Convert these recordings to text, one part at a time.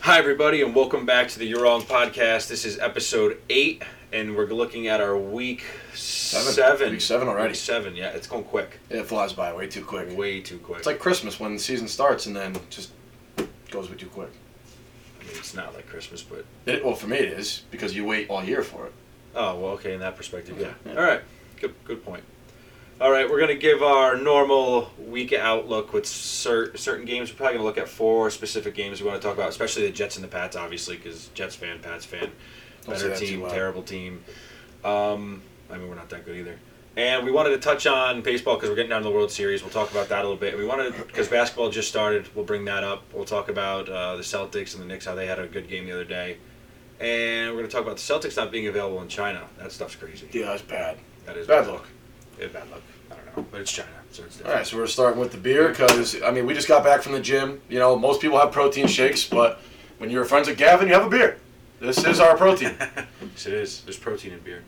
Hi, everybody, and welcome back to the You're Wrong podcast. This is episode eight, and we're looking at our week seven. Week seven already. Week seven, yeah, it's going quick. It flies by way too quick. Way too quick. It's like Christmas when the season starts and then just goes way too quick. I mean, it's not like Christmas, but It, well, for me it is because you wait all year for it. oh well. Okay, in that perspective, yeah. Yeah. All right, good, good point. All right, we're gonna give our normal week outlook with cer- certain games. We're probably gonna look at four specific games we want to talk about, especially the Jets and the Pats, obviously, because Jets fan, Pats fan, Don't say better that too team, loud. terrible team. Um, I mean, we're not that good either. And we wanted to touch on baseball because we're getting down to the World Series. We'll talk about that a little bit. We wanted because basketball just started. We'll bring that up. We'll talk about uh, the Celtics and the Knicks how they had a good game the other day, and we're gonna talk about the Celtics not being available in China. That stuff's crazy. Yeah, that's bad. That is Bad luck. Yeah, bad luck. I don't know, but it's China, so it's All different. right, so we're starting with the beer because I mean we just got back from the gym. You know, most people have protein shakes, but when you're friends with Gavin, you have a beer. This is our protein. Yes, it is. There's protein in beer.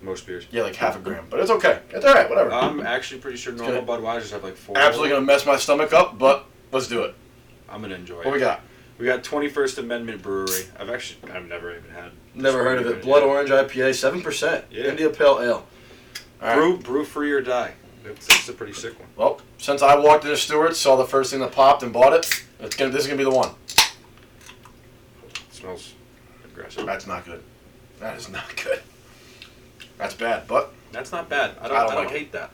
Most beers. yeah, like half a gram, but it's okay. It's all right, whatever. I'm actually pretty sure normal Budweisers have like four. Absolutely gonna mess my stomach up, but let's do it. I'm gonna enjoy What we it. got? We got 21st Amendment Brewery. I've actually, I've never even had. Never heard of it. Blood Orange IPA, seven percent. Yeah. India Pale Ale. All right. Brew, brew free or die. That's, that's a pretty sick one. Well, since I walked into Stewart's, saw the first thing that popped and bought it, it's gonna, this is gonna be the one. It smells aggressive. That's not good. That is not good. That's bad, but That's not bad. I don't, I I don't don't, like it. hate that.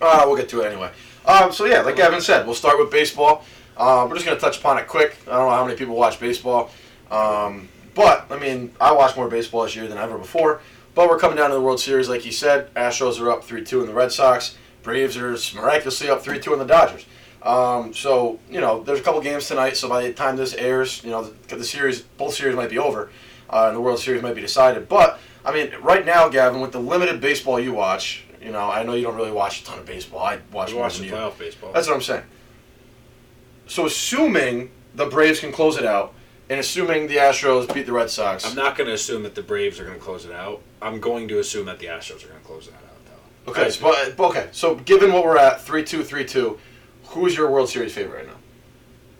uh, we'll get to it anyway. Um, so yeah, like Gavin said, we'll start with baseball. Um, we're just gonna touch upon it quick. I don't know how many people watch baseball, um, but I mean, I watch more baseball this year than ever before. But we're coming down to the World Series, like he said. Astros are up three two in the Red Sox. Braves are miraculously up three two in the Dodgers. Um, so you know, there's a couple games tonight. So by the time this airs, you know, the, the series, both series might be over, uh, and the World Series might be decided. But I mean, right now, Gavin, with the limited baseball you watch, you know, I know you don't really watch a ton of baseball. I watch We more watched than the you. playoff baseball. That's what I'm saying. So assuming the Braves can close it out, and assuming the Astros beat the Red Sox, I'm not going to assume that the Braves are going to close it out. I'm going to assume that the Astros are going to close that out, though. okay. so- But but okay, so given what we're at, three two, three two, who is your World Series favorite right now?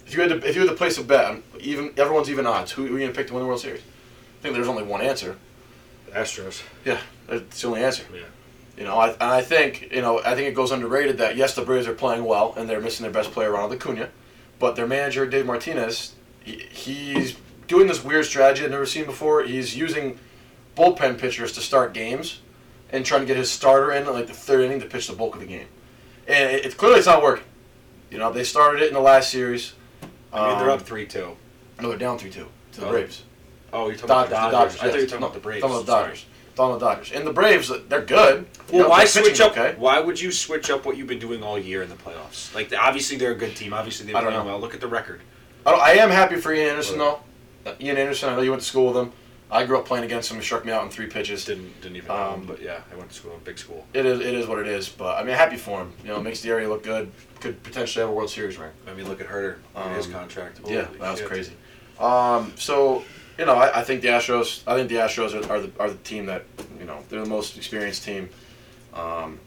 If you had to, if you had to place a bet, on even everyone's even odds. Who, who are you gonna pick to win the World Series? I think there's only one answer. Astros. Yeah, that's the only answer. Yeah. You know, I, and I think you know, I think it goes underrated that yes, the Braves are playing well and they're missing their best player Ronald Acuna, but their manager Dave Martinez, he, he's doing this weird strategy I've never seen before. He's using bullpen pitchers to start games, and trying to get his starter in like the third inning to pitch the bulk of the game, and it, it clearly it's not working. You know, they started it in the last series. I mean, they're Um, up 3 2. No, they're down three two to the Oh. Braves. Oh, you're talking about Dod- The the Dodgers. Dodgers. I thought you were yes. talking No, about the Braves. talking about the I'm sorry. Dodgers. Talking about the Dodgers. And the Braves, they're good. You Well, know, why they're pitching switch up? Okay. Why would you switch up what you've been doing all year in the playoffs? Like, obviously they're a good team. Obviously they've I been don't playing know. well. Look at the record. I, don't- I am happy for Ian Anderson though. Uh, Ian Anderson, I know you went to school with him. I grew up playing against him. He struck me out in three Just pitches. didn't didn't even. Um, know, but yeah, I went to school, big school. It is, it is what it is. But I mean, happy for him. You know, it makes the area look good. Could potentially have a World Series ring. I mean, look at Herder. Look at his Um, contract. yeah, Holy that was shit. crazy. Um, so you know, I, I think the Astros. I think the Astros are, are the are the team that you know they're the most experienced team. Um,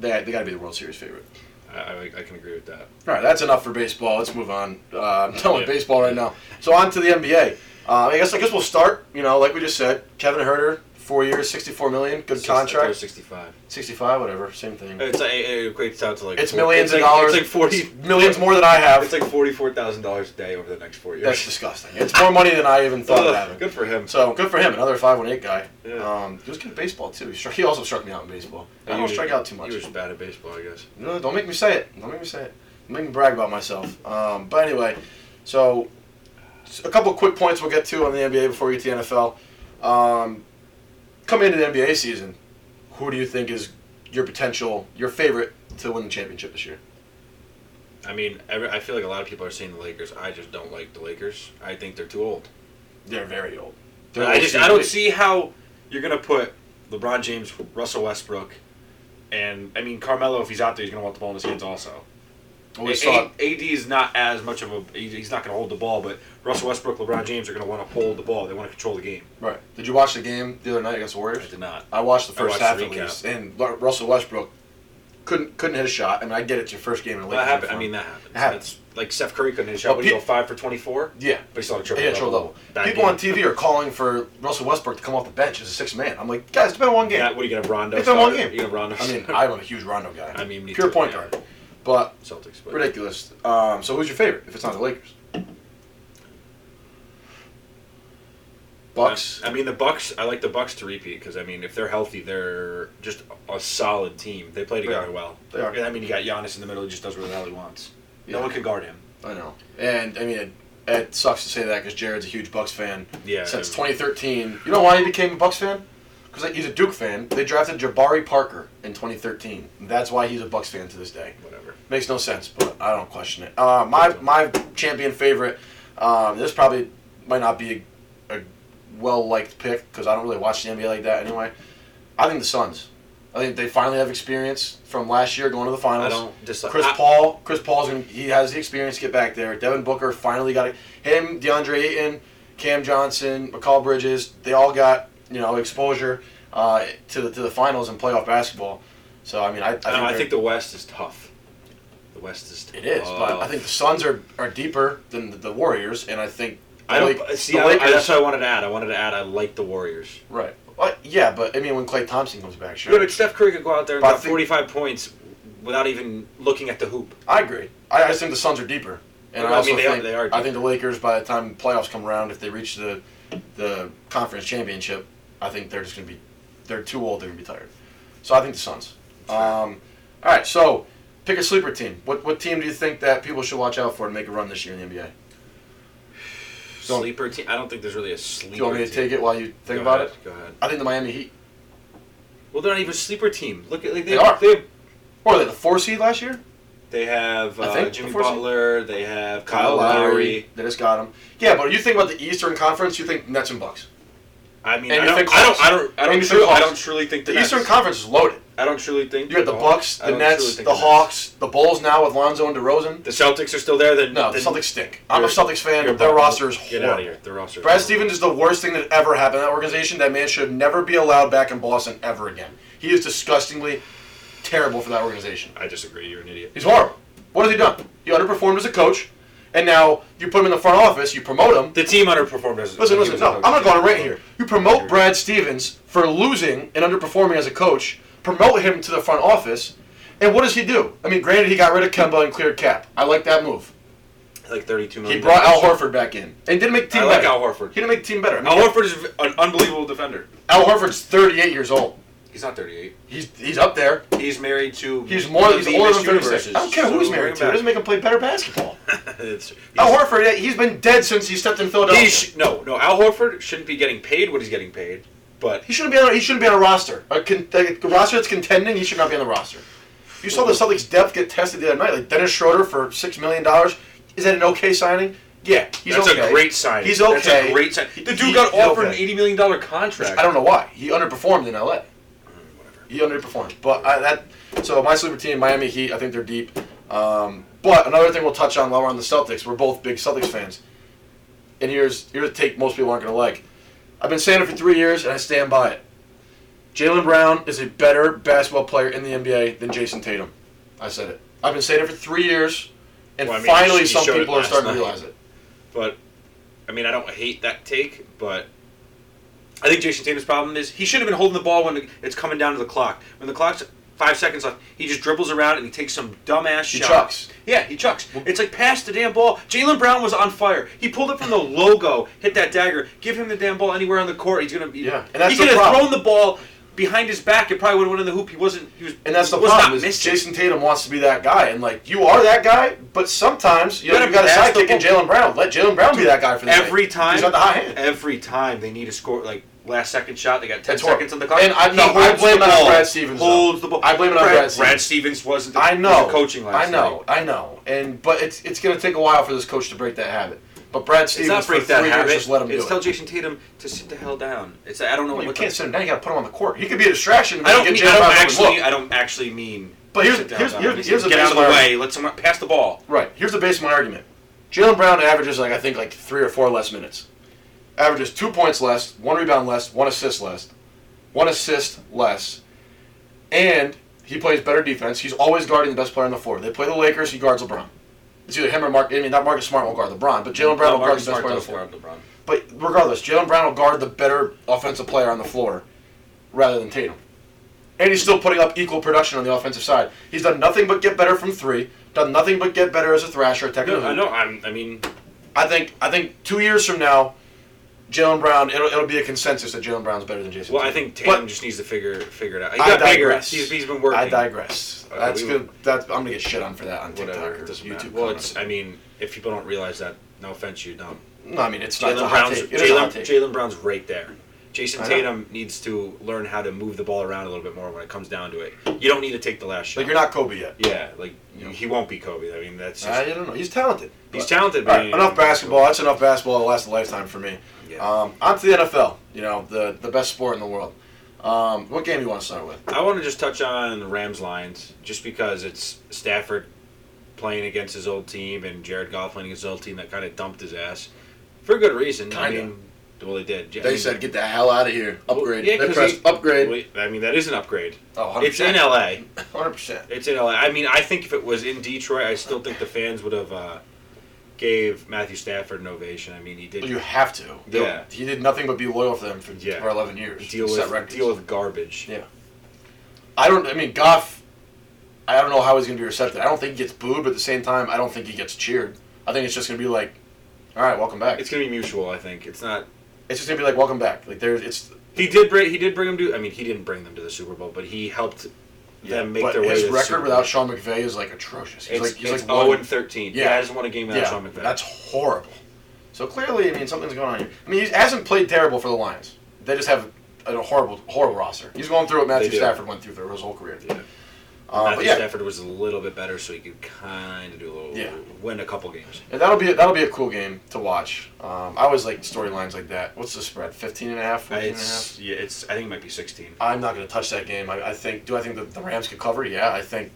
they they got to be the World Series favorite. I, I, I can agree with that. All right, that's enough for baseball. Let's move on. Uh, I'm done with Yeah. baseball right now. So on to the NBA. Uh, I guess I guess we'll start. You know, like we just said, Kevin Herter, four years, sixty-four million, good Six- I thought it was contract, Sixty-five. sixty-five, whatever, same thing. Mm. It's like, it equates out to like. It's four- millions of like- dollars. It's like forty millions more than I have. It's like forty-four thousand dollars a day over the next four years. that's disgusting. It's more money than I even thought of Ugh, having. good for him. So good for him. Another five one eight guy. Yeah. Um, he was good at baseball too. He, struck, he also struck me out in baseball. I You don't were- strike out too much. You were just bad at baseball, I guess. No, don't make me say it. Don't make me say it. Don't make me brag about myself. Um, but anyway, so s- a couple quick points we'll get to on the NBA before we get to the NFL. Um, coming into the NBA season, who do you think is your potential, your favorite to win the championship this year? I mean, every, I feel like a lot of people are saying the Lakers. I just don't like the Lakers. I think they're too old. They're very old. They're I old just I don't season. see how you're gonna put LeBron James, Russell Westbrook, and I mean Carmelo. If he's out there, he's gonna want the ball in his hands also. Well, we A- saw it. AD is not as much of a he's not gonna hold the ball, but Russell Westbrook, LeBron James are gonna want to hold the ball. They want to control the game. Right. Did you watch the game the other night against the Warriors? I did not. I watched the I first watched half the at recap. least, and Lu- Russell Westbrook couldn't couldn't hit a shot. I mean, I get it's your first game in the league. That happened. I Uniform. mean, that happens. It happens. That's, like Steph Curry couldn't hit a shot. Well, Would he pe- go five for twenty-four? yeah. But he still had a triple. Yeah, triple double. Bad People game. on TV are calling for Russell Westbrook to come off the bench as a sixth man. I'm like, guys, it's been one game. Yeah, what are you gonna have Rondo? it's been one start? game. You gonna have Rondo? I mean, start? I'm a huge Rondo guy. I mean, me pure too, point yeah. guard. But Celtics. But ridiculous. Um, so who's your favorite? If it's not the Lakers, Bucks. I, I mean, the Bucks. I like the Bucks to repeat because I mean, if they're healthy, they're just a solid team. They play together are. well. They are. And I mean, you got Giannis in the middle. He just does what the hell he wants. No Yeah. one can guard him. I know. And I mean, it, it sucks to say that because Jared's a huge Bucks fan. Yeah, Since I mean- 2013, you know why he became a Bucks fan? Because he's a Duke fan. They drafted Jabari Parker in 2013. That's why he's a Bucks fan to this day. Whatever. Makes no sense, but I don't question it. Uh, my my champion favorite. Um, this probably might not be a, a well liked pick because I don't really watch the NBA like that anyway. I think the Suns. I think they finally have experience from last year going to the finals. I don't dislike. Chris I- Paul. Chris Paul's in, he has the experience to get back there. Devin Booker finally got it. Him, DeAndre Ayton, Cam Johnson, McCall Bridges. They all got you know exposure uh, to the to the finals and playoff basketball. So I mean, Um, I I think, I, I they're- think the West is tough. The West is. it is, but I tough. think the Suns are, are deeper than the, the Warriors, and I think the I don't Lake- see. the I, I, Lakers. that's what I wanted to add. I wanted to add. I like the Warriors. right. Well, yeah, but I mean, when Clay Thompson comes back, sure. Dude, if Steph Curry could go out there and But I get think- 45 points without even looking at the hoop. I agree. I, I just think the Suns are deeper, and I I, mean, also they are- think they are I think the Lakers, by the time playoffs come around, if they reach the the conference championship, I think they're just gonna be they're too old. They're gonna be tired. So I think the Suns. Um, all right, so pick a sleeper team. What what team do you think that people should watch out for to make a run this year in the NBA? So- sleeper team. I don't think there's really a Do sleeper. you want me to team. take it while you think Go about ahead, it? Go ahead. I think the Miami Heat. Well, they're not even a sleeper team. Look at like, they, They are. They, What were they the four seed last year? they have I uh, think Jimmy the fourth seed. Butler. They have Kyle Lowry. They just got him. Yeah, but you think about the Eastern Conference, you think Nets and Bucks. I mean, And I you don't, think I don't. Hawks. I don't. I don't. And you Truly, think I Hawks. don't truly think the, The Nets- Eastern Conference is loaded. I don't truly think You got the Hawks- Bucks, I the don't truly Nets, think the Nets. Hawks, the Bulls now with Lonzo and DeRozan. The Celtics are still there. Then No, the then Celtics stink. I'm a you're- Celtics you're fan. Their bummed. roster is Get out of horrible. here. Their roster. is Brad horrible. Stevens is the worst thing that ever happened to that organization. That man should never be allowed back in Boston ever again. He is disgustingly terrible for that organization. I disagree. You're an idiot. He's horrible. What has he done? He underperformed as a coach, and now you put him in the front office, you promote him, The team underperformed. As Listen, he listen. was No, a I'm coach. not going to rant here. You promote Brad Stevens for losing and underperforming as a coach. Promote him to the front office, and what does he do? I mean, granted, he got rid of Kemba and cleared cap. I like that move. Like 32 million. He brought Al dollars. Horford back in and didn't make the team I like better. Al Horford. He didn't make the team better. I mean, Al Horford is an unbelievable defender. Al Horford's 38 years old. He's not 38. He's he's up there. He's married to. He's more. one of He's the older than Miss 36. I don't care who he's So married to. It bring doesn't him make him play better basketball. back. It's- Al he's- Horford, yeah, he's been dead since he stepped in Philadelphia. He sh- no, no. Al Horford shouldn't be getting paid what he's getting paid, but He shouldn't be on. He shouldn't be on a roster. A, con, a roster that's contending. He should not be on the roster. You saw the Celtics depth get tested the other night. Like Dennis Schroeder for six million dollars. Is that an okay signing? Yeah, he's that's okay. a great sign. He's That's a okay. great sign. The dude He- got he's offered an okay. eighty million dollar contract. I don't know why he underperformed in LA. He underperformed, but I, that. So my sleeper team, Miami Heat. I think they're deep. Um, but another thing we'll touch on while we're on the Celtics. We're both big Celtics fans. And here's here's a take most people aren't going to like. I've been saying it for three years, and I stand by it. Jalen Brown is a better basketball player in the NBA than Jason Tatum. I said it. I've been saying it for three years, and Well, I mean, finally he some showed it people are last starting to night. realize it. But I mean, I don't hate that take, but I think Jason Tatum's problem is he should not have been holding the ball when it's coming down to the clock. When the clock's five seconds left, he just dribbles around and he takes some dumbass He shot. chucks. Yeah, he chucks. It's like pass the damn ball. Jalen Brown was on fire. He pulled it from the logo, hit that dagger. Give him the damn ball anywhere on the court. He's gonna be. Yeah, and that's he the could have problem. thrown the ball behind his back. It probably would have went in the hoop. He wasn't. He was. And that's he the was problem. Not Is missing. Jason Tatum wants to be that guy, and like you are that guy, but sometimes you know Gotta you got a pass the sidekick in ball. Jalen Brown. Let Jalen Brown be that guy for the night. every time. He's got the high hand. Every time they need a score, like last second shot, they got ten It's horrible. seconds on the clock. And I- He no, I holds blame the it on ball, Brad Stevens, though. Holds the ball. I blame it on Brad Stevens. Brad Stevens wasn't. The, I know was the coaching last I know. night. I know. And but it's it's gonna take a while for this coach to break that habit. But Brad It's Stevens not break for that three habit. years just let him it's do tell it. Jason Tatum to sit the hell down. It's I don't know Well, what you what can't the- sit him down. You got to put him on the court. He could be a distraction. I don't Get mean. Jalen I don't Brown open actually. look. I don't actually mean. But here's- sit down, here's- Doc. here's- here's the get out of the best way. Let someone pass the ball. Right. Here's the base of my argument. Jalen Brown averages like I think like three or four less minutes. Averages two points less, one rebound less, one assist less, one assist less, and He plays better defense. He's always guarding the best player on the floor. They play the Lakers. He guards LeBron. It's either him or Mark. I mean, not Marcus Smart will guard LeBron, but Jalen Brown will guard Marcus the best Smart player on the does floor. guard LeBron. But regardless, Jalen Brown will guard the better offensive player on the floor rather than Tatum. And he's still putting up equal production on the offensive side. He's done nothing but get better from three, done nothing but get better as a thrasher, No, technically. I know. I'm, I mean, I think I think two years from now, Jalen Brown it'll, it'll be a consensus that Jalen Brown's better than Jason. well, I Tatum. think Tatum But just needs to figure figure it out. He I got bigger. digress. He's, he's been working. I digress. Okay, That's we- good. That's, I'm gonna get shit on for that on TikTok Whatever. or It doesn't YouTube. matter. Well, comments. it's. I mean, if people don't realize that, no offense, you're dumb. no, I mean it's not. It's a Jalen hot Brown's take. It is a hot Jalen take. Jalen Brown's right there. Jason I know. Tatum needs to learn how to move the ball around a little bit more when it comes down to it. You don't need to take the last shot. Like you're not Kobe yet. Yeah, like he won't be Kobe. I mean, that's just, I don't know. He's talented. he's But- talented. All But right, enough basketball. That's enough basketball to last a lifetime for me. Yeah. Um, on to the NFL. You know, the the best sport in the world. Um, what game do you want to start with? I want to just touch on the Rams lines, just because it's Stafford playing against his old team and Jared Goff playing against his old team that kind of dumped his ass for good reason. I Kinda. mean, well, they did. I They mean, said, "Get the hell out of here! Upgrade." Yeah, they 'cause pressed he- upgrade. well, I mean, that is an upgrade. Oh, It's in LA. 100 percent. It's in LA. I mean, I think if it was in Detroit, I still think the fans would have uh, gave Matthew Stafford an ovation. I mean, he did Oh, You have to. They- Yeah. He did nothing but be loyal for them for, Yeah. for 11 years. deal Set with records. deal with garbage. Yeah. I don't. I mean, Goff. I don't know how he's going to be receptive. I don't think he gets booed, but at the same time, I don't think he gets cheered. I think it's just going to be like, all right, welcome back. It's It's, gonna be mutual. I think it's not. just going to be like, welcome back. Like there's, it's He did bring. He did bring them to. I mean, he didn't bring them to the Super Bowl, but he helped them make but their way. his to the record Super Bowl. without Sean McVay is like atrocious. He's It's, like, he's it's like 0 one- and 13. Yeah. Yeah, I just won a game without Yeah, Sean McVay. that's horrible. So clearly, I mean, something's going on here. I mean, he hasn't played terrible for the Lions. They just have a horrible, horrible roster. He's going through what Matthew do. Stafford went through for his whole career. Yeah. Uh, but Matthew yeah, Stafford was a little bit better, so he could kind of do a little Yeah. win a couple games. yeah, that'll be that'll be a cool game to watch. Um, I always like storylines like that. What's the spread? 15 and a half, 14 and a half? It's yeah. It's I think it might be 16. I'm not going to touch that game. I, I think. Do I think the, the Rams could cover? Yeah, I think.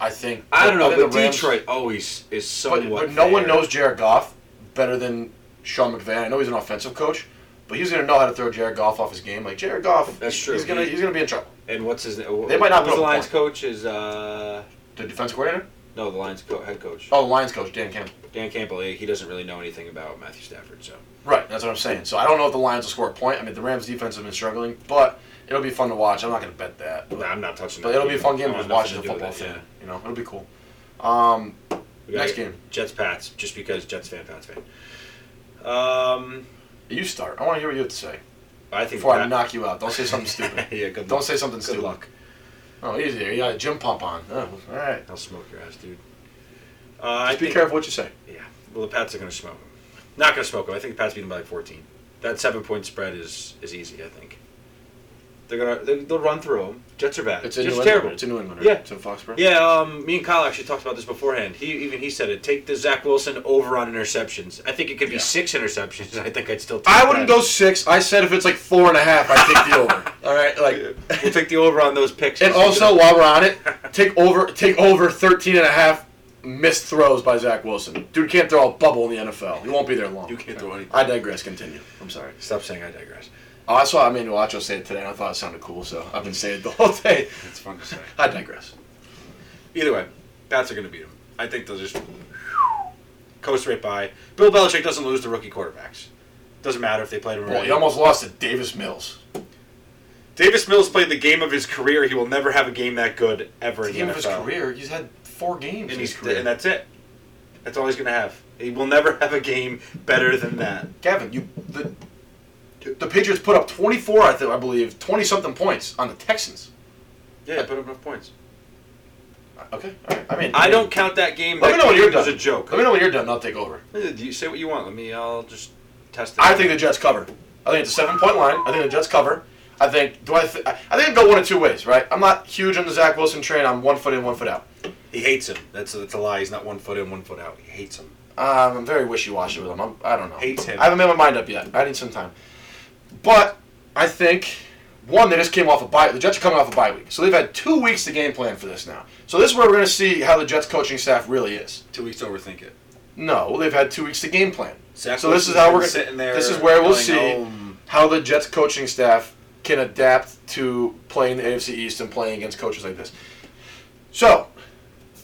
I think. I don't know, think but the Rams- Detroit always is somewhat. But, but no one fair. knows Jared Goff better than Sean McVay. I know he's an offensive coach, but he's going to know how to throw Jared Goff off his game. Like Jared Goff, That's true. He's going to He- he's going to be in trouble. And what's his name? They might not Who's put up the a Lions point. coach is uh The defensive coordinator? no the Lions co- head coach Oh, the Lions coach Dan Campbell. Dan Campbell. He he doesn't really know anything about Matthew Stafford, so Right, that's what I'm saying. So I don't know if the Lions will score a point. I mean, the Rams defense has been struggling, but it'll be fun to watch. I'm not going to bet that, Nah, I'm not touching. but that it'll be a fun I game want because nothing watching to the do with football it, fan. yeah. You know, it'll be cool. Um, We gotta Next get game. Jets Pats just because Jets fan Pats fan. Um, you start. I want to hear what you have to say I think before I Pat- knock you out. Don't say something stupid. yeah, good Don't luck. say something Good stupid. luck. Oh, easy. there. You got a gym pump on. Oh, all right. I'll smoke your ass, dude. Uh, Just I be think, careful what you say. Yeah. Well, the Pats are gonna smoke them. Not gonna smoke them. I think the Pats beat them by like 14. That seven point spread is is easy. I think. They're gonna they- they'll run through them. Jets are bad. It's in Jets New are England. terrible. It's in New England. Yeah. It's in Foxborough. Yeah, um, me and Kyle actually talked about this beforehand. He even he said it. Take the Zach Wilson over on interceptions. I think it could be Yeah. six interceptions. I think I'd still. Take I wouldn't that. go six. I said if it's like four and a half, I take the over. All right, like, We'll take the over on those picks. and also while we're on it, take over, take over 13 and a half missed throws by Zach Wilson. Dude can't throw a bubble in the NFL. He won't be there long. you can't throw anything. I digress. Continue. I'm sorry. Stop saying I digress. Oh, I saw Emmanuel Acho say it today, and I thought it sounded cool, so I've been saying it the whole day. It's fun to say. I digress. Either way, Pats are going to beat them. I think they'll just coast right by. Bill Belichick doesn't lose to rookie quarterbacks. Doesn't matter if they played him. Well, already. he almost lost to Davis Mills. Davis Mills played the game of his career. He will never have a game that good ever in The game the of his NFL. career, he's had four games and in his he's career. and that's it. That's all he's gonna have. He will never have a game better than that. Gavin, you the the Patriots put up 24, I think I believe, 20 something points on the Texans. Yeah, put up enough points. Okay, all right. I mean, I don't count that game. Let that me know when game you're was done. a joke. Let me know when you're done. I'll take over. Eh, You say what you want. Let me. I'll just test it. I think the Jets cover. I think it's a seven point line. I think the Jets cover. I think do I? Th- I I think it go one of two ways, right? I'm not huge on the Zach Wilson train. I'm one foot in, one foot out. he hates him. That's that's a lie. He's not one foot in, one foot out. He hates him. Um, I'm very wishy-washy with him. I'm, I don't know. Hates him. I haven't made my mind up yet. I need some time. But I think one, they just came off a bye. The Jets are coming off a bye week, so they've had two weeks to game plan for this now. So this is where we're going to see how the Jets coaching staff really is. Two weeks to overthink it. No, they've had two weeks to game plan. Zach so this Wilson's is how been we're sitting going. there This is where we'll going, see "Um, how the Jets coaching staff can adapt to playing the AFC East and playing against coaches like this. So,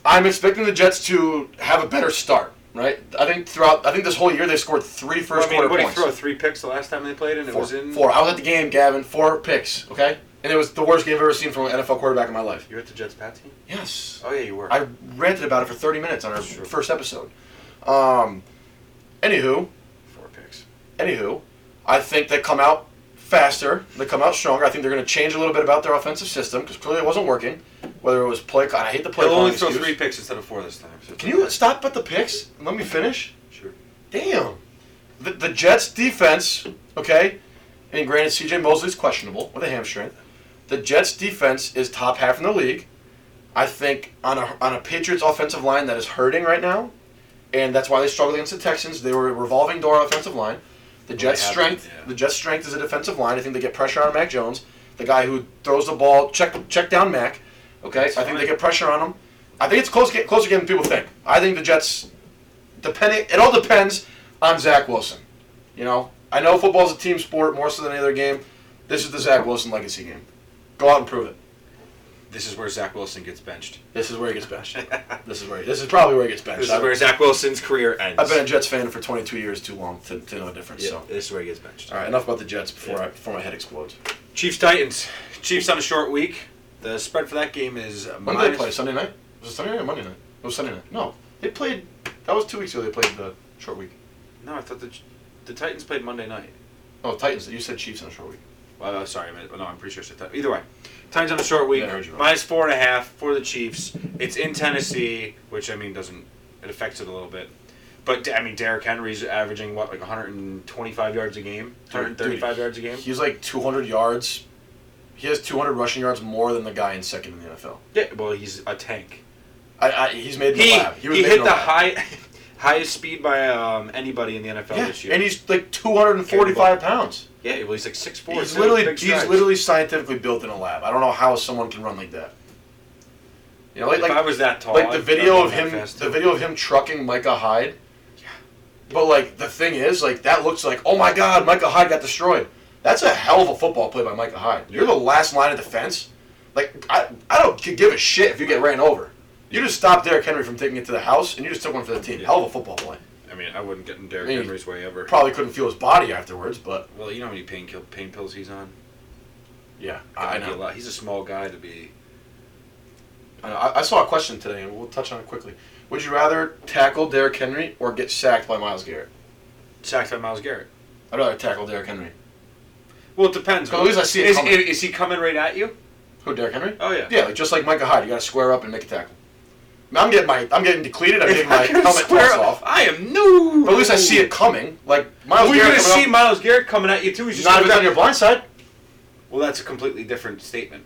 I'm expecting the Jets to have a better start, right? I think throughout, I think this whole year they scored three Well, first I mean, what quarter did he points. throw? Three picks the last time they played, and it four, was in. four. I was at the game, Gavin. Four picks. Okay, and it was the worst game I've ever seen from an NFL quarterback in my life. You were at the Jets Pat team? Yes, Oh yeah, you were. I ranted about it for 30 minutes on our Sure. first episode. Um, anywho, Four picks. anywho, I think they come out faster. They come out stronger. I think they're going to change a little bit about their offensive system because clearly it wasn't working. Whether it was play, I hate the play. He'll calling only throw excuse. three picks instead of four this time. so- Can you stop at the picks? and Let me finish. Sure. Damn. The, the Jets defense, okay, and granted CJ Mosley's questionable with a hamstring. The Jets defense is top half in the league. I think on a on a Patriots offensive line that is hurting right now, and that's why they struggled against the Texans. They were a revolving door offensive line. The Jets' have strength, it, yeah. the Jets' strength is a defensive line. I think they get pressure on Mac Jones, the guy who throws the ball, check check down Mac. Okay, That's I think fine. they get pressure on him. I think it's close, ga- closer game than people think. I think the Jets, depending, it all depends on Zach Wilson. You know, I know football's a team sport more so than any other game. This is the Zach Wilson legacy game. Go out and prove it. This is where Zach Wilson gets benched. This is where he gets benched. This is where this is probably where he gets This benched. is I've, where Zach Wilson's career ends. I've been a Jets fan for 22 years too long to, to know the difference. Yeah, So, this is where he gets benched. all right, enough about the Jets before I, before my head explodes. Chiefs Titans. Chiefs on a short week. The spread for that game is uh, When did they minus. play? Sunday night? Was it Sunday night or Monday night? It was Sunday night. No, they played. That was two weeks ago. They played the short week. No, I thought the Ch- the Titans played Monday night. Oh, Titans. You said Chiefs on a short week. Well, uh, sorry, I meant- no, I'm pretty sure it's the Titans. Either way, Titans on a short week. Yeah, I heard you wrong. minus four and a half for the Chiefs. It's in Tennessee, which I mean doesn't it affects it a little bit. But I mean, Derrick Henry's averaging what like 125 yards a game, 135 Dude, yards a game. He's like 200 yards. He has 200 rushing yards more than the guy in second in the NFL. Yeah, well, he's a tank. I, I, he's made in He the lab. he, was made hit in the lab. high highest speed by um, anybody in the NFL Yeah, this year. and he's like 245 pounds. yeah, well, he's like six four. He's literally he's literally scientifically built in a lab. I don't know how someone can run like that. You know, like if I like, was that tall, like the I'd- video I'd run of that him, fast, the too. video of him trucking Micah Hyde. But like the thing is, like that looks like oh my god, Micah Hyde got destroyed. That's a hell of a football play by Micah Hyde. You're the last line of defense. Like I, I don't gi- give a shit if you get ran over. You just stopped Derrick Henry from taking it to the house, and you just took one for the team. Yeah. Hell of a football play. I mean, I wouldn't get in Derrick I mean, Henry's way ever. Probably couldn't feel his body afterwards, but Well, you know how many pain kill, pain pills he's on. yeah, Gotta I be know. A lot. He's a small guy to be. I, know. I, I saw a question today, and we'll touch on it quickly. Would you rather tackle Derrick Henry or get sacked by Miles Garrett? Sacked by Miles Garrett. I'd rather tackle Derrick Henry. Well, it depends. Well, at least I see it Is, coming. is, is he coming right at you? Who, Derrick Henry? Oh yeah. Yeah, like just like Micah Hyde, you got to square up and make a tackle. I am getting my, I'm getting depleted. I'm If getting I my can helmet square tossed up, off. I am no. But at least I see it coming. Like Miles Well, you're Garrett gonna see coming Miles Garrett coming at you too. He's up, just not gonna even be- on your blind side. Well, that's a completely different statement.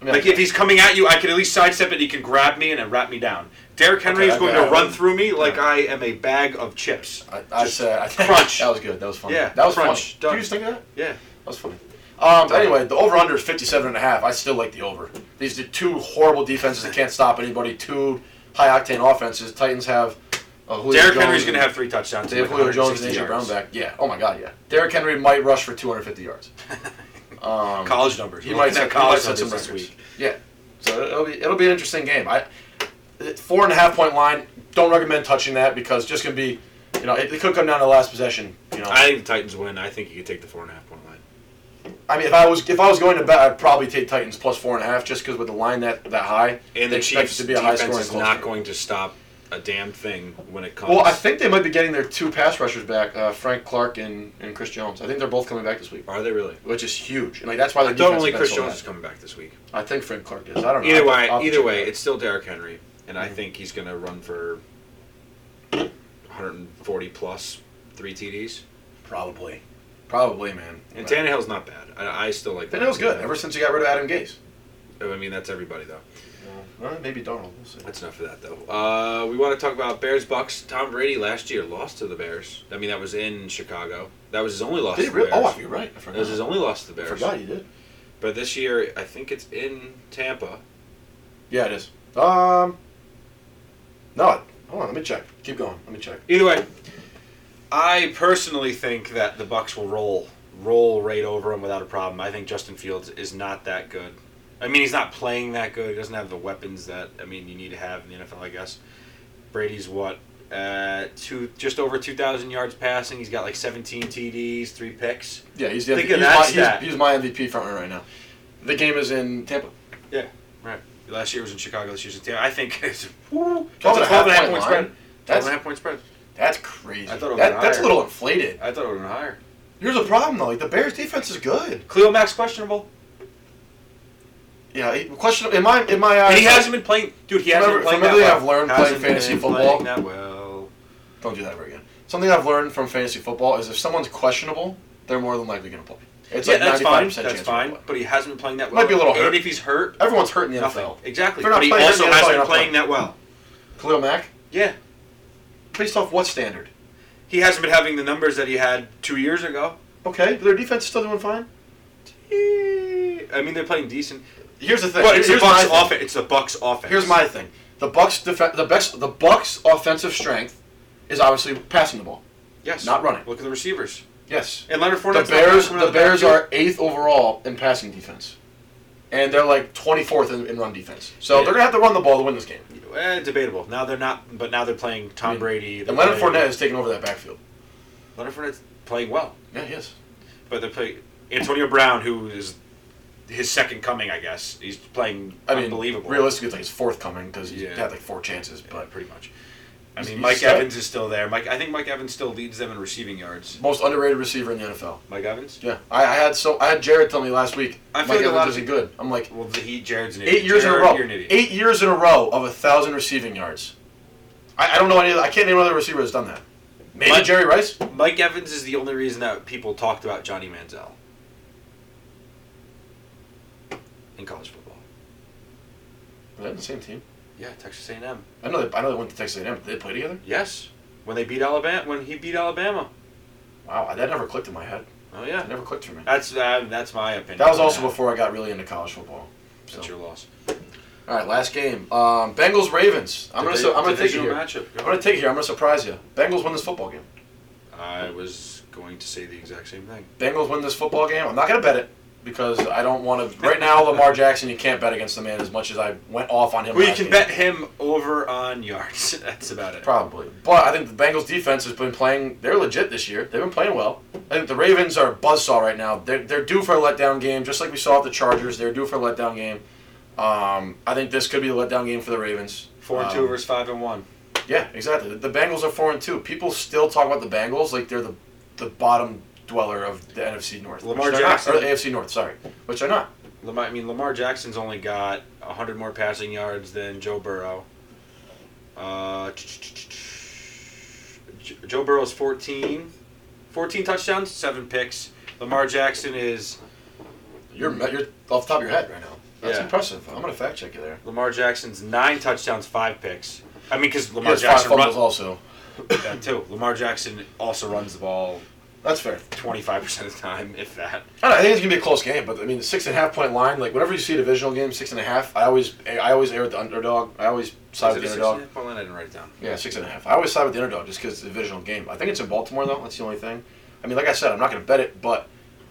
I mean, Like if he's coming at you, I can at least sidestep it. He can grab me and then wrap me down. Derrick Henry Okay, is going okay, to run I wouldn't- through me like I am a bag of chips. I, I said, I think crunch. That was good. That was funny. Yeah, that was crunch, funny. done. Did you just think of that? Yeah. That was funny. Um, anyway, the over under is 57 and a half. I still like the over. These are two horrible defenses that can't stop anybody. Two high octane offenses. Titans have. Uh, Julio Derrick Jones Henry's and- going to have three touchdowns. They have like Julio Jones 160 and AJ Brown yards. back. Yeah. Oh my God. Yeah. Derrick Henry might rush for 250 yards. Um, College numbers. He We're might looking at set, he might college set some numbers records. Yeah. So it'll be it'll be an interesting game. I four and a half point line. Don't recommend touching that because just gonna be, you know, it, it could come down to the last possession. You know, I I, think the Titans win. I think you could take the four and a half point line. mean, if I was if I was going to bet, I'd probably take Titans plus four and a half just because with the line that that high, And they the expect it Chiefs' defense high-scoring is close not game. going to stop a damn thing when it comes. Well, I think they might be getting their two pass rushers back, uh, Frank Clark and, and Chris Jones. I think they're both coming back this week, Are they really? which is huge. And like that's why I the don't defense only has been Chris so Jones bad. is coming back this week. I think Frank Clark is. I don't know. Either way, I'll- I'll either check Mm-hmm. way, that. it's still Derrick Henry, and I think he's going to run for 140 plus three TDs. probably, probably, man. And Tannehill's not bad. I, I still like. that. Tannehill's good. Ever since he got rid of Adam Gase. I mean, that's everybody though. Well, maybe Donald. We'll see. That's enough of that though. Uh, we want to talk about Bears Bucks. Tom Brady last year lost to the Bears. I mean, that was in Chicago. That was his only loss. Did to he the really? Bears. Oh, I- you're right. I That forgot. was his only loss to the I Bears. forgot he did. But this year, I think it's in Tampa. Yeah, it is. Um, no. it- Hold on. Let me check. Keep going. Let me check. Either way, I personally think that the Bucks will roll roll right over him without a problem. I think Justin Fields is not that good. I mean, he's not playing that good. He doesn't have the weapons that I mean you need to have in the NFL, I guess. Brady's what uh, two just over two thousand yards passing. He's got like seventeen TDs, three picks. Yeah, he's the MVP. Think of He's, that my, he's, stat. he's my MVP frontrunner right now. The game is in Tampa. Last year was in Chicago. This year's in Tampa. I think it's woo, that's Twelve and a a twelve and a half half point point spread. line. Twelve That's and a half point spread. that's crazy. I thought it That- was that's a higher. little inflated. I thought it would have been higher. Here's the problem though. Like the Bears defense is good. Cleo Max questionable. Yeah, he- question in my in my eyes. And he hasn't been playing, dude. He hasn't Remember- been playing from that everything well. I've learned Hasn't playing fantasy been football- playing that well. Don't do that ever again. Something I've learned from fantasy football is if someone's questionable, they're more than likely going to play. It's yeah, like that's ninety-five fine. percent That's chance. fine. they're gonna But he hasn't been playing that well. Might be a little And hurt. if he's hurt, play. Everyone's hurting the nothing. NFL. Exactly. They're not But he playing also that well, hasn't they're been not playing playing. that well. Khalil Mack, Yeah, based off what standard? he hasn't been having the numbers that he had two years ago. Okay, their defense is still doing fine. I mean, they're playing decent, Here's the thing. but it's the Here's my Bucks thing. offense. It's the Bucks offense. Here's my thing. The Bucks def- the best the Bucks offensive strength is obviously passing the ball. yes, not running. Look at the receivers Yes. and Leonard The Fournette. Bears the Bears are eighth overall in passing defense. And they're like twenty fourth in, in run defense. So Yeah. they're gonna have to run the ball to win this game. eh, debatable. Now they're not, but now they're playing Tom I mean, Brady. And Leonard they're Fournette playing- is taking over that backfield. Leonard Fournette's playing well. Yeah, he is. But they're playing Antonio Brown, who is his second coming, I guess. He's playing I mean, unbelievable. realistically, it's like his fourth coming because he Yeah. had like four chances. But but pretty much. I He's- mean, he's Mike set. Evans is still there. Mike, I think Mike Evans still leads them in receiving yards. most underrated receiver in the NFL. Mike Evans. Yeah, I, I had so I had Jared tell me last week. I feel Mike like a lot Evans of isn't good. I'm like Well, the he Jared's an idiot. eight years in a Jared, row. You're an idiot. Eight years in a row of a thousand receiving yards. I, I don't know any. Other, I can't name another receiver that's done that. Maybe Mike- Jerry Rice. Mike Evans is the only reason that people talked about Johnny Manziel in college football. Were they on the same team? Yeah, Texas A&M. I know. They, I know they went to Texas A&M. Did they play together? Yes, when they beat Alabama, when he beat Alabama. Wow, that never clicked in my head. Oh That yeah, never clicked for me. that's uh, that's my opinion. That was on also before I got really into college football. That's So. your loss. All right, last game. Um, Bengals Ravens. I'm gonna. Divi- su- I'm gonna take it divisional here. matchup. Go I'm gonna ahead. take it here. I'm gonna surprise you. Bengals win this football game. I was going to say the exact same thing. Bengals win this football game. I'm not gonna bet it because I don't want to. Right now, Lamar Jackson, you can't bet against the man as much as I went off on him. Well, you last can game. bet him over on yards. That's about it. probably, but I think the Bengals defense has been playing. They're legit this year. They've been playing well. I think the Ravens are a buzzsaw right now. They're, they're due for a letdown game, just like we saw at the Chargers. They're due for a letdown game. Um, I think this could be the letdown game for the Ravens. Four and Um, two versus five and one. Yeah, exactly. The Bengals are four and two. People still talk about the Bengals like they're the the bottom dweller of the NFC North. which Lamar they're not, Jackson. or the AFC North. Sorry, which they're not. Lamar, I mean, Lamar Jackson's only got 100 more passing yards than Joe Burrow. Uh, J- Joe Burrow's 14, 14 touchdowns, seven picks. Lamar Jackson is You're you're off the top of your head right now. That's Yeah. impressive. I'm gonna fact check you there. Lamar Jackson's nine touchdowns, five picks. I mean, because He Lamar has five Jackson fumbles runs also. that too. Lamar Jackson also runs the ball That's fair. 25 percent of the time, if that. I, don't know, I think it's gonna be a close game, but I mean the six and a half point line, like whenever you see a divisional game, six and a half, I always I always air with the underdog. I always side Is with it a the six and underdog. a half point line? I didn't write it down. Yeah, six and a half. I always side with the underdog just because it's a divisional game. I think it's in Baltimore though. That's the only thing. I mean, like I said, I'm not gonna bet it, but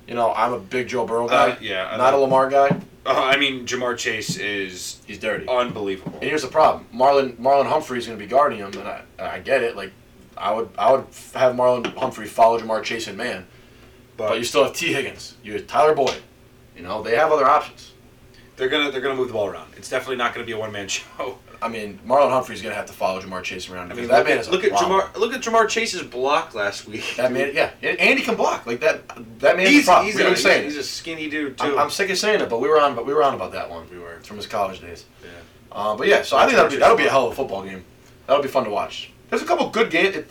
you know I'm a big Joe Burrow guy. Uh, yeah, I not a like- Lamar guy. Uh, I mean, Jamar Chase is He's dirty. Uh, unbelievable. And here's the problem: Marlon Marlon Humphrey's going to be guarding him, and I, I get it. Like, I would I would f- have Marlon Humphrey follow Jamar Chase and man, but you still have T Higgins, you have Tyler Boyd. You know they have other options. They're gonna they're gonna move the ball around. It's definitely not gonna be a one man show. I mean Marlon Humphrey's going to have to follow Jamar Chase around I because mean, that look, man at, is a look at problem. Jamar look at Jamar Chase's block last week. That man, yeah, and and he can block like that. That man is he's, a problem. he's, We've a, been he's, saying he's it. a skinny dude I'm, too. I'm sick of saying it, but we were on, but we were on about that one. We were. It's from his college days. Yeah. Uh, but yeah, so I think that'll be that'll be a hell of a football game. That'll be fun to watch. There's a couple good games. It,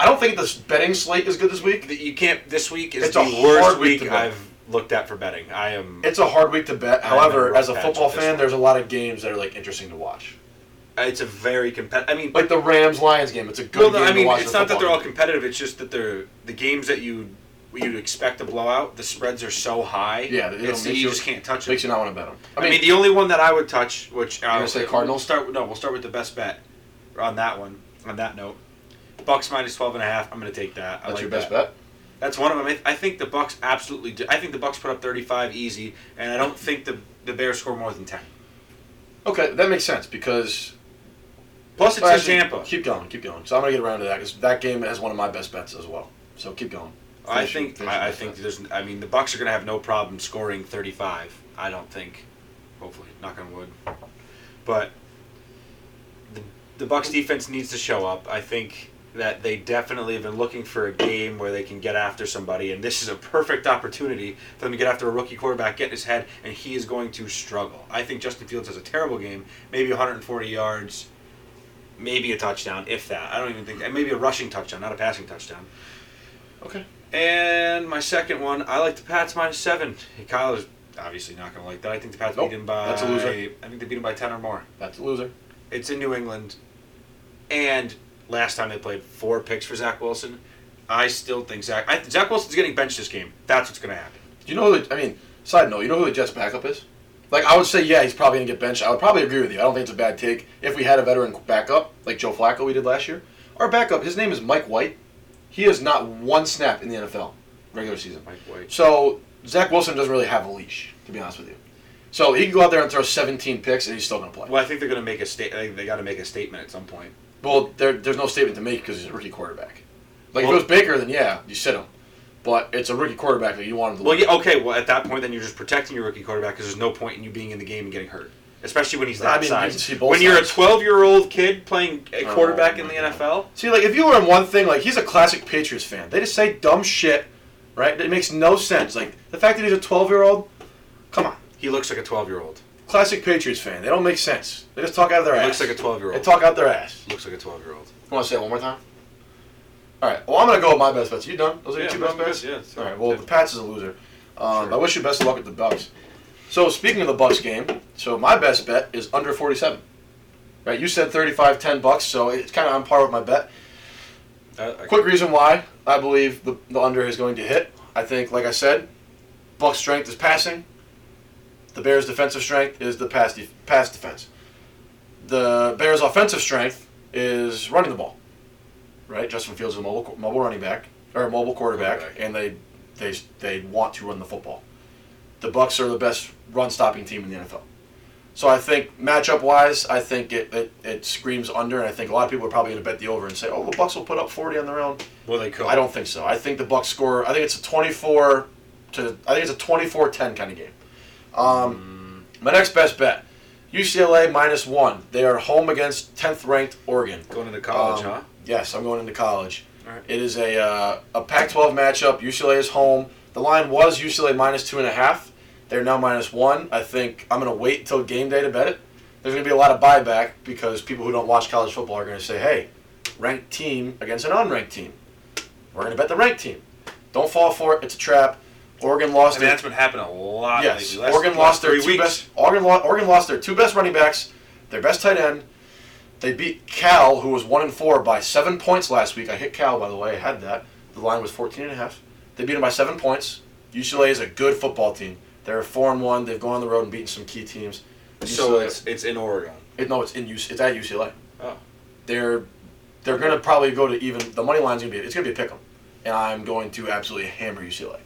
I don't think this betting slate is good this week. You can't. This week is It's the a hard worst week week, to bet. I've looked at for betting. I am. It's a hard week to bet. I know, However, rough as a patch football with this fan, one. there's a lot of games that are like interesting to watch. It's a very competitive. I mean, Like the Rams Lions game. It's a good well, no, game I to mean, watch. it's as a not that they're all football competitive. It's just that they're the games that you you'd expect a blowout. The spreads are so high. game. yeah, it'll it's, make you, you just can't touch it. makes you not want to bet them. I mean, the only one that I would touch, which I gonna would say Cardinals? We'll start. with- No, we'll start with the best bet on that one. On that note, Bucks minus twelve and a half. I'm going to take that. I that's like your best that. bet. That's one of them. I, I think the Bucks absolutely. Do. I think the Bucks put up 35 easy, and I don't think the the Bears score more than ten. Okay, that makes sense because Plus, it's Actually, in Tampa. Keep going, keep going. So I'm gonna get around to that because that game has one of my best bets as well. So keep going. I Finish it, think finish it, I, I finish think it. there's. I mean, the Bucks are going to have no problem scoring 35. I don't think. Hopefully, knock on wood. But the, the Bucks defense needs to show up. I think that they definitely have been looking for a game where they can get after somebody, and this is a perfect opportunity for them to get after a rookie quarterback, get in his head, and he is going to struggle. I think Justin Fields has a terrible game, maybe 140 yards, maybe a touchdown, if that. I don't even think, and maybe a rushing touchdown, not a passing touchdown. Okay. And my second one, I like the Pats minus seven. Kyle is obviously not going to like that. I think the Pats Nope, beat him by. that's a loser. I think they beat him by ten or more. That's a loser. It's in New England, and last time they played four picks for Zach Wilson. I still think Zach. I, Zach Wilson's getting benched this game. That's what's going to happen. Do you know who the, I mean, side note, you know who the Jets backup is? Like I would say, yeah, he's probably gonna get benched. I would probably agree with you. I don't think it's a bad take. If we had a veteran backup, like Joe Flacco we did last year, our backup, his name is Mike White. He has not one snap in the NFL regular season. Mike White. So Zach Wilson doesn't really have a leash, to be honest with you. So he can go out there and throw 17 picks and he's still gonna play. Well, I think they're going to make a state. They, they got to make a statement at some point. Well, there, there's no statement to make because he's a rookie quarterback. Well- Like if it was Baker, then yeah, you sit him. But it's a rookie quarterback that you want him to. Well, lead. yeah, okay. Well, at that point, then you're just protecting your rookie quarterback because there's no point in you being in the game and getting hurt, especially when he's I that mean, you size. can see both when you're a sides. 12 year old kid playing a Oh, quarterback in my the God. NFL. See, like if you learn one thing, like he's a classic Patriots fan. They just say dumb shit, right? It makes no sense. Like the fact that he's a 12 year old. Come on, He looks like a 12 year old. classic Patriots fan. They don't make sense. They just talk out of their He ass. looks like a 12 year They old. talk out their ass. Looks like a 12 year old. Want to say it one more time? All right. Well, I'm gonna go with my best bets. You done? Those are Yeah, your two mine best are good. bets. Yeah, it's All right. fine. Well, the Pats is a loser. Um, Sure. I wish you best of luck at the Bucks. So speaking of the Bucks game, so my best bet is under 47. Right. You said 35, 10 bucks. So it's kind of on par with my bet. Uh, Quick reason why I believe the, the under is going to hit. I think, like I said, Buck's strength is passing. The Bears' defensive strength is the pass, def- pass defense. The Bears' offensive strength is running the ball. Right? Justin Fields is a mobile, qu- mobile running back or a mobile quarterback, Quarterback. and they they they want to run the football. The Bucks are the best run-stopping team in the NFL. So I think matchup wise, I think it, it, it screams under, and I think a lot of people are probably going to bet the over and say, "Oh, the Bucks will put up 40 on their own." well, they could. I don't think so. I think the Bucks score. I think it's a 24 to. I think it's a 24-10 kind of game. Um, My next best bet: UCLA minus one. They are home against 10th ranked Oregon. Going into college, Um, huh? Yes, I'm going into college. All right. It is a uh, a Pac-12 matchup. UCLA is home. The line was UCLA minus two and a half. They're now minus one. I think I'm going to wait until game day to bet it. There's going to be a lot of buyback because people who don't watch college football are going to say, "Hey, ranked team against an unranked team. We're going to bet the ranked team. Don't fall for it. It's a trap." Oregon I lost. mean, their- that's been happening a lot yes, lately. Last- Oregon last lost their three two weeks. best. Oregon, lo- Oregon lost their two best running backs, their best tight end. They beat Cal, who was one and four by seven points last week. I hit Cal, by the way. I had that. The line was 14 and a half. They beat them by seven points. UCLA is a good football team. They're four and one. They've gone on the road and beaten some key teams. So it's it's in Oregon. It, no, it's in UC, it's at UCLA. Oh. They're they're gonna probably go to even the money line's gonna be it's gonna be a pick 'em, and I'm going to absolutely hammer UCLA.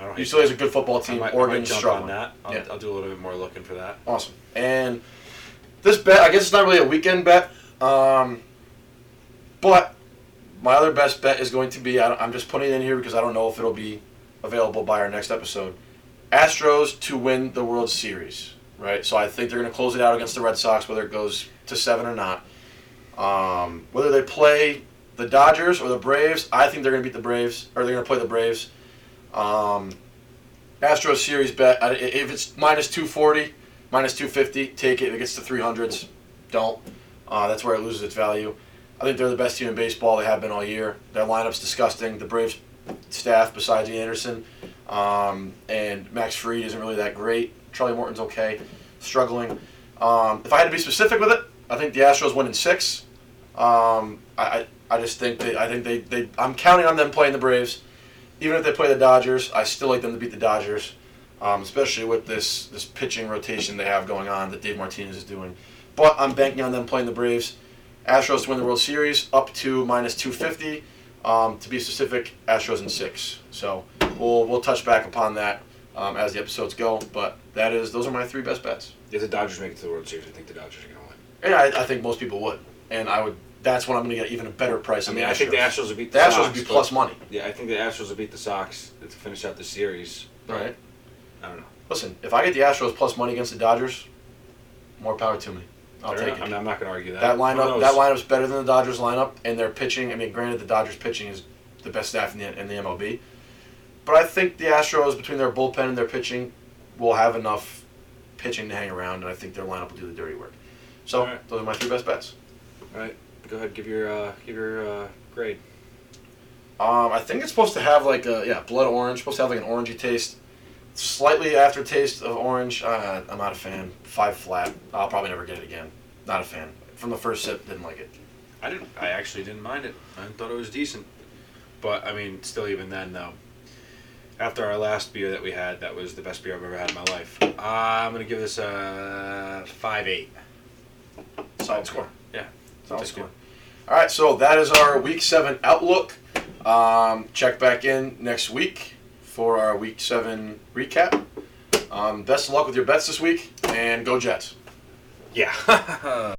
I don't hate UCLA is a good football I team. might, I might Oregon's jump struggling. on that. I'll, Yeah. I'll do a little bit more looking for that. Awesome. And this bet, I guess it's not really a weekend bet, um, but my other best bet is going to be I don't, I'm just putting it in here because I don't know if it'll be available by our next episode. Astros to win the World Series, right? So I think they're going to close it out against the Red Sox, whether it goes to seven or not. Um, whether they play the Dodgers or the Braves, I think they're going to beat the Braves, or they're going to play the Braves. Um, Astros series bet I- if it's minus 240, minus 250, take it. If it gets to 300s, don't. Uh, that's where it loses its value. I think they're the best team in baseball. They have been all year. Their lineup's disgusting. The Braves staff, besides Ian Anderson, um, and Max Fried isn't really that great. Charlie Morton's okay, struggling. Um, if I had to be specific with it, I think the Astros win in six. Um, I, I I just think they I think they, they I'm counting on them playing the Braves even if they play the Dodgers, I still like them to beat the Dodgers, um, especially with this this pitching rotation they have going on that Dave Martinez is doing. But I'm banking on them playing the Braves. Astros to win the World Series up to minus 250. Um, to be specific, Astros in six. So we'll we'll touch back upon that um, as the episodes go. But that is those are my three best bets, If the Dodgers make it to the World Series, I think the Dodgers are going to win. and I, I think most people would. And I would. That's when I'm going to get even a better price. I on mean, the I think the Astros. Astros will beat The the, Astros Sox, would be but- plus money. Yeah, I think the Astros will beat the Sox to finish out the series. All right. I don't know. Listen, if I get the Astros plus money against the Dodgers, more power to me. I'll Fair take enough. I'm it. not, I'm not going to argue that. That Who lineup, knows? that lineup's better than the Dodgers lineup, and their pitching. I mean, granted, the Dodgers pitching is the best staff in the in the MLB, but I think the Astros, between their bullpen and their pitching, will have enough pitching to hang around, and I think their lineup will do the dirty work. So All right. those are my three best bets. All right, go ahead. Give your uh, give your uh, grade. Um, I think it's supposed to have like a yeah blood orange, supposed to have like an orangey taste, slightly aftertaste of orange. Uh, I'm not a fan. Five flat. I'll probably never get it again. Not a fan. From the first sip, didn't like it. I didn't. I actually didn't mind it. I thought it was decent, but I mean, still, even then, though. After our last beer that we had, that was the best beer I've ever had in my life. Uh, I'm gonna give this a five eight. Solid score. Yeah. Solid That's score. good. All right, so that is our week seven outlook. Um, check back in next week for our week seven recap. Um, best of luck with your bets this week, and go Jets. Yeah.